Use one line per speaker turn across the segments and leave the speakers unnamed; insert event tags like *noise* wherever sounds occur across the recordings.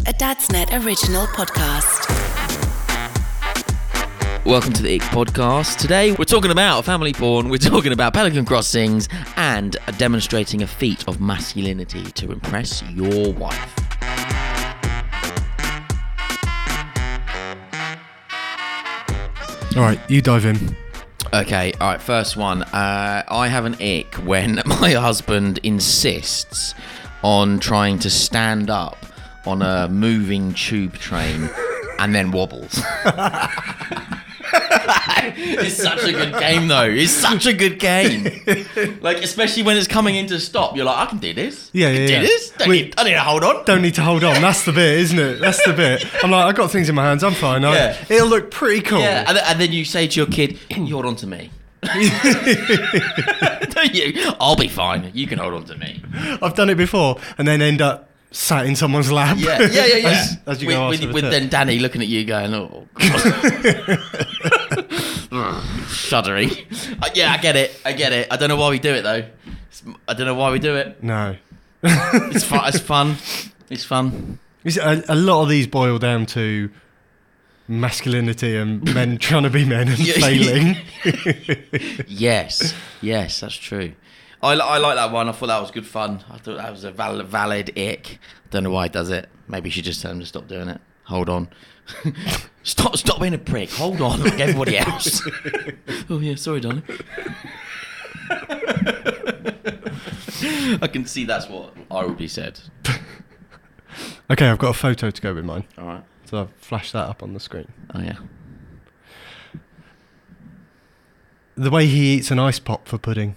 a Dadsnet original podcast.
Welcome to the Ick Podcast. Today we're talking about family porn, we're talking about pelican crossings, and demonstrating a feat of masculinity to impress your wife.
All right, you dive in.
Okay, all right, first one. Uh, I have an ick when *laughs* my husband insists on trying to stand up on a moving tube train and then wobbles. *laughs* it's such a good game, though. It's such a good game. Like, especially when it's coming into stop, you're like, I can do this.
Yeah,
I can
yeah,
do
yeah.
this. Don't
Wait.
need, I need to hold on.
Don't need to hold on. That's the bit, isn't it? That's the bit. I'm like, I got things in my hands. I'm fine. I-
Yeah.
It'll look pretty cool.
Yeah, and, th- and then you say to your kid, "You hold on to
*laughs*
me." *laughs* Don't you? I'll be fine. You can hold on to me.
I've done it before, and then end up sat in someone's lap.
Yeah, yeah, yeah, yeah.
*laughs* as, as you
with,
go
with,
after
with
the
then Danny looking at you going, "Oh,
*laughs*
God." shuddering." Uh, yeah, I get it. I get it. I don't know why we do it though. It's, I don't know why we do it.
No.
It's fun.
*laughs*
it's fun. It's fun.
You see, a, a lot of these boil down to masculinity and men *laughs* trying to be men and
Yeah. *laughs*
failing.
Yes, yes, that's true. I, li- I like that one. I thought that was good fun. I thought that was a val- valid ick. Don't know why he does it. Maybe you should just tell him to stop doing it. Hold on. *laughs* stop stop being a prick. Hold on, like everybody
*laughs*
else. oh yeah, sorry, darling. *laughs* I can see that's what I would be said.
okay, I've got a photo to go with mine.
All right.
So I've flashed that up on the screen.
Oh yeah.
The way he eats an ice pop for pudding.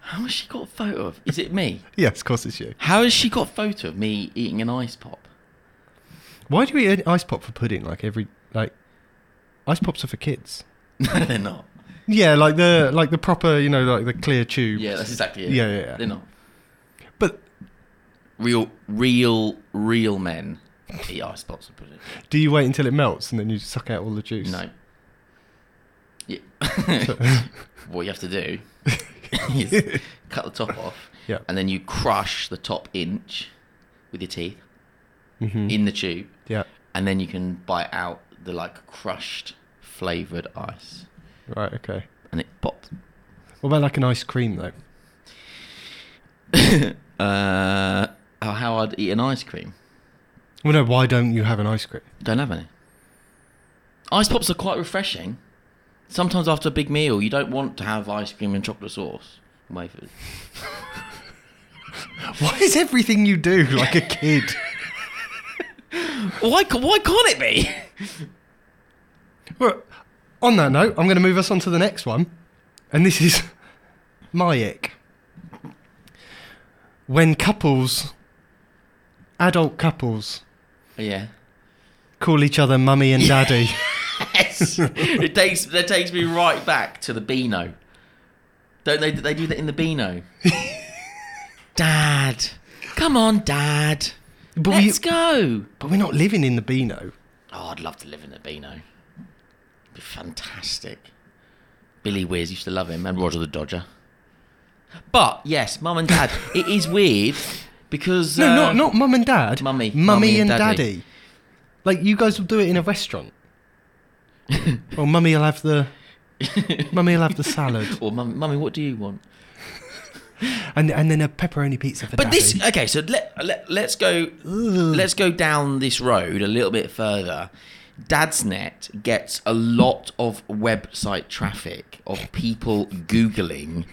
How has she got a photo of? Is it me?
Yes, of course it's you.
How has she got a photo of me eating an ice pop? *laughs*
Why do we eat an ice pop for pudding? Like every like, ice pops are for kids.
No, they're not.
Yeah, like the like the proper, you know, like the clear tube.
Yeah, that's exactly it.
Yeah, yeah, yeah.
They're not.
But
Real, real, real men eat ice pops and put it.
do you wait until it melts and then you suck out all the juice? *laughs*
No. Yeah. what you have to
*laughs*
do is cut the top off,
Yeah.
and then you crush the top inch with your teeth
Mhm.
in the tube,
Yeah.
and then you can bite out the like crushed flavored ice,
Right. Okay.
and it pops.
What about like an ice cream though?
Uh, how- how I'd eat an ice cream?
Well, no. Why don't you have an ice cream?
Don't have any. Ice pops are quite refreshing. Sometimes after a big meal, you don't want to have ice cream and chocolate sauce and wafers.
Why is everything you do like a kid? *laughs*
Why? ca- Why can't it be?
well, on that note, I'm going to move us on to the next one, and this is *laughs* my ick. When couples, adult couples,
yeah.
call each other mummy and
*laughs*
daddy.
Yes. it takes that takes me right back to the Beano. Don't they? They do that in the Beano. Dad, come on, Dad.
But we-
Let's go.
But we're not living in the Beano.
Oh, I'd love to live in the Beano. It'd be fantastic. Billy Wears used to love him, and Roger the Dodger. But yes, Mum and Dad, it is weird because
No,
uh,
not not mum and dad.
Mummy.
mummy,
Mummy and
and daddy.
daddy.
Like you guys will do it in
*laughs*
a restaurant. or mummy will have the mummy will
*laughs*
have the salad
Or Mum, Mummy, what do you want?
and and then a pepperoni pizza for
But
daddy.
this okay, so let, let let's go let's go down this road a little bit further. Dadsnet gets a lot of website traffic of people googling *laughs*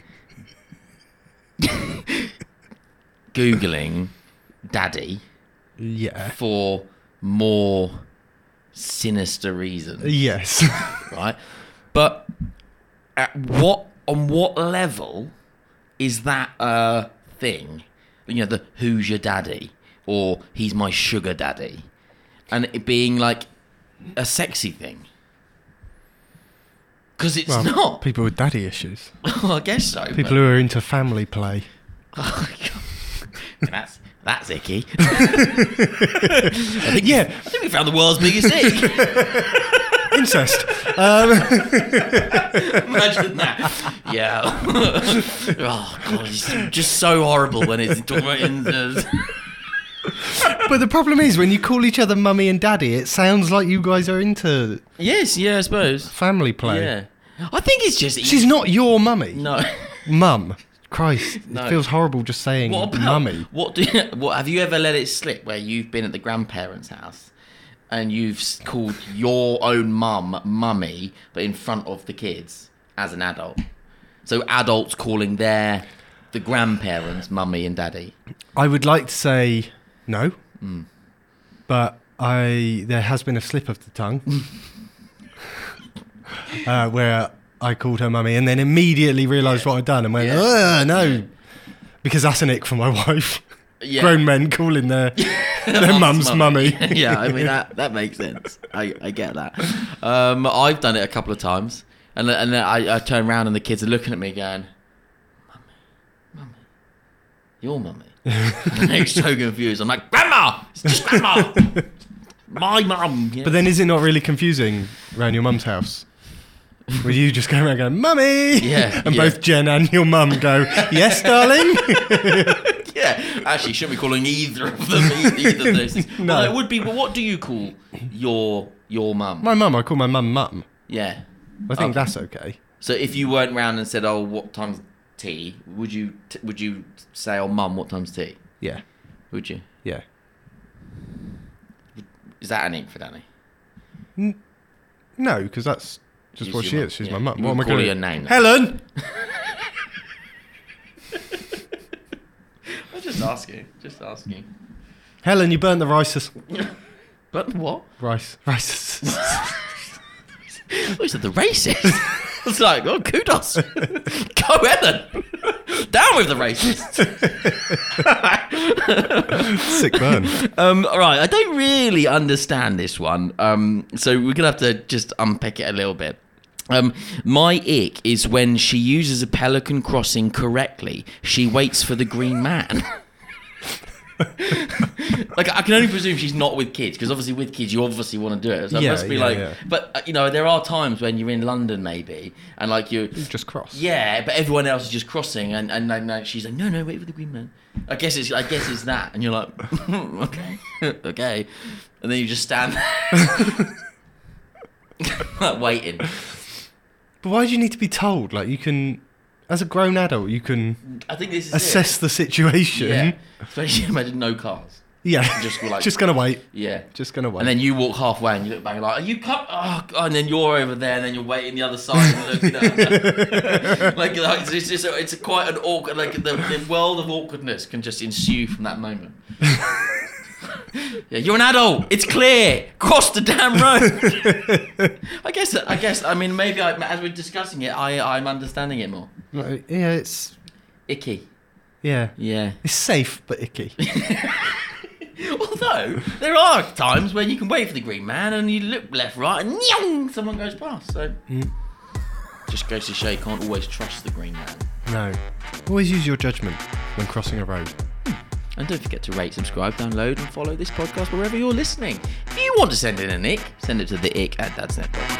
googling daddy
yeah.
for more sinister reasons,
Yes. *laughs*
right? But at what on what level is that a thing? You know, the who's your daddy or he's my sugar daddy, and it being like a sexy thing because it's not.
people with daddy issues.
*laughs* Well, I guess so.
People
*laughs*
who are into family play.
but that's that's icky. *laughs* I think
Yeah.
*laughs* I think we found the world's biggest ick.
incest. Um,
*laughs* Imagine that. Yeah. *laughs* oh god, it's just so horrible when it's talking
*laughs*
about in the.
but the problem is, when you call each other mummy and daddy, it sounds like you guys are into
Yes, yeah, I suppose.
family play.
Yeah. I think it's just
She's not your
*laughs*
mummy. *laughs*
no.
Mum. Christ.
No.
It feels horrible just saying
What about
mummy.
What do what have you ever let it slip where you've been at the grandparents' house and you've s- called your own mum mummy, but in front of the kids as an adult? So adults calling their the grandparents mummy and daddy.
I would like to say no,
Hmm.
but I there has been a slip of
*laughs*
the tongue uh, where I called her mummy and then immediately realised what I'd done and went,
Yeah.
"Ugh, no, because that's an ick for my *laughs* wife.
Yeah.
Grown men
*laughs*
calling their *laughs* their
Mum's
mum's
mummy. *laughs*
mummy.
yeah, I mean that that makes sense. I, I get that. Um, I've done it a couple of times, and then- and then I, I turn around and the kids are looking at me going, "Mummy, mummy, your
*laughs*
mummy." *laughs* They're so confused. I'm like, "Grandma, it's just
*laughs*
grandma, my mum." Yeah.
But then is it not really confusing around your mum's house? Where you just go around going, mummy?
Yeah,
*laughs* and
yeah.
both Jen and your mum go,
*laughs*
yes, darling?
yeah, actually, shouldn't be calling either of them e- either of those. things.
*laughs* No.
Well, it would be. But what do you call your your mum?
my mum, I call my mum mum.
yeah.
I think
Okay.
that's okay.
So if you weren't round and said, "Oh, what time's tea?" Would you t- would you say, "Oh, mum, what time's tea?"
Yeah,
Would you?
yeah.
Is that an ink for Danny?
No, because that's just
She's
what
your
she
mum,
is. She's
yeah.
my mum.
You
What am I
would call
going
her your name then.
Helen.
I'm just asking. Just asking.
Helen, you burnt the rices.
But what?
Rice. Rices.
Oh, is it the racist? *laughs* it's like, oh, kudos. *laughs* Go, Ellen. Down with the racists.
*laughs* Sick burn.
Um, all right, I don't really understand this one. Um, so we're gonna have to just unpick it a little bit. Um, my ick is when she uses a pelican crossing correctly. She waits for the green man. *laughs* like I can only presume she's not with kids because obviously with kids you obviously want to do it. So
Yeah,
it must be
yeah,
like,
yeah.
but uh, you know there are times when you're in London maybe and like you
just cross.
yeah, but everyone else is just crossing, and and, and, and she's like, no, no, wait for the green man. I guess it's I guess it's that, and you're like, *laughs* okay, okay, and then you just stand there, *laughs* like waiting.
But why do you need to be told? Like you can, as a grown adult, you can
I think this is
assess the
it.
situation.
Yeah, especially *laughs* imagine no cars.
Yeah.
Just like-
*laughs* just gonna wait.
Yeah.
Just gonna wait.
And then you walk halfway and you look back and like, are you come? Oh, God. and then you're over there and then you're waiting the other side and looking at *laughs* like, like it's just it's quite an awkward like the, the world of awkwardness can just ensue from that moment. yeah, you're an adult. It's clear. Cross the damn road. I guess. I guess. I mean, maybe I, as we're discussing it, I I'm understanding it more.
Like, yeah, it's
Icky.
yeah.
Yeah.
It's safe
*laughs*
but icky.
Although there are times when you can wait for the green man and you look left, right, and nyong, someone goes past. So just goes to show you can't always trust the green man.
no. Always use your judgment when crossing a road.
And don't forget to rate, subscribe, download, and follow this podcast wherever you're listening. If you want to send in a nick, send it to the ick at dadsnet.com.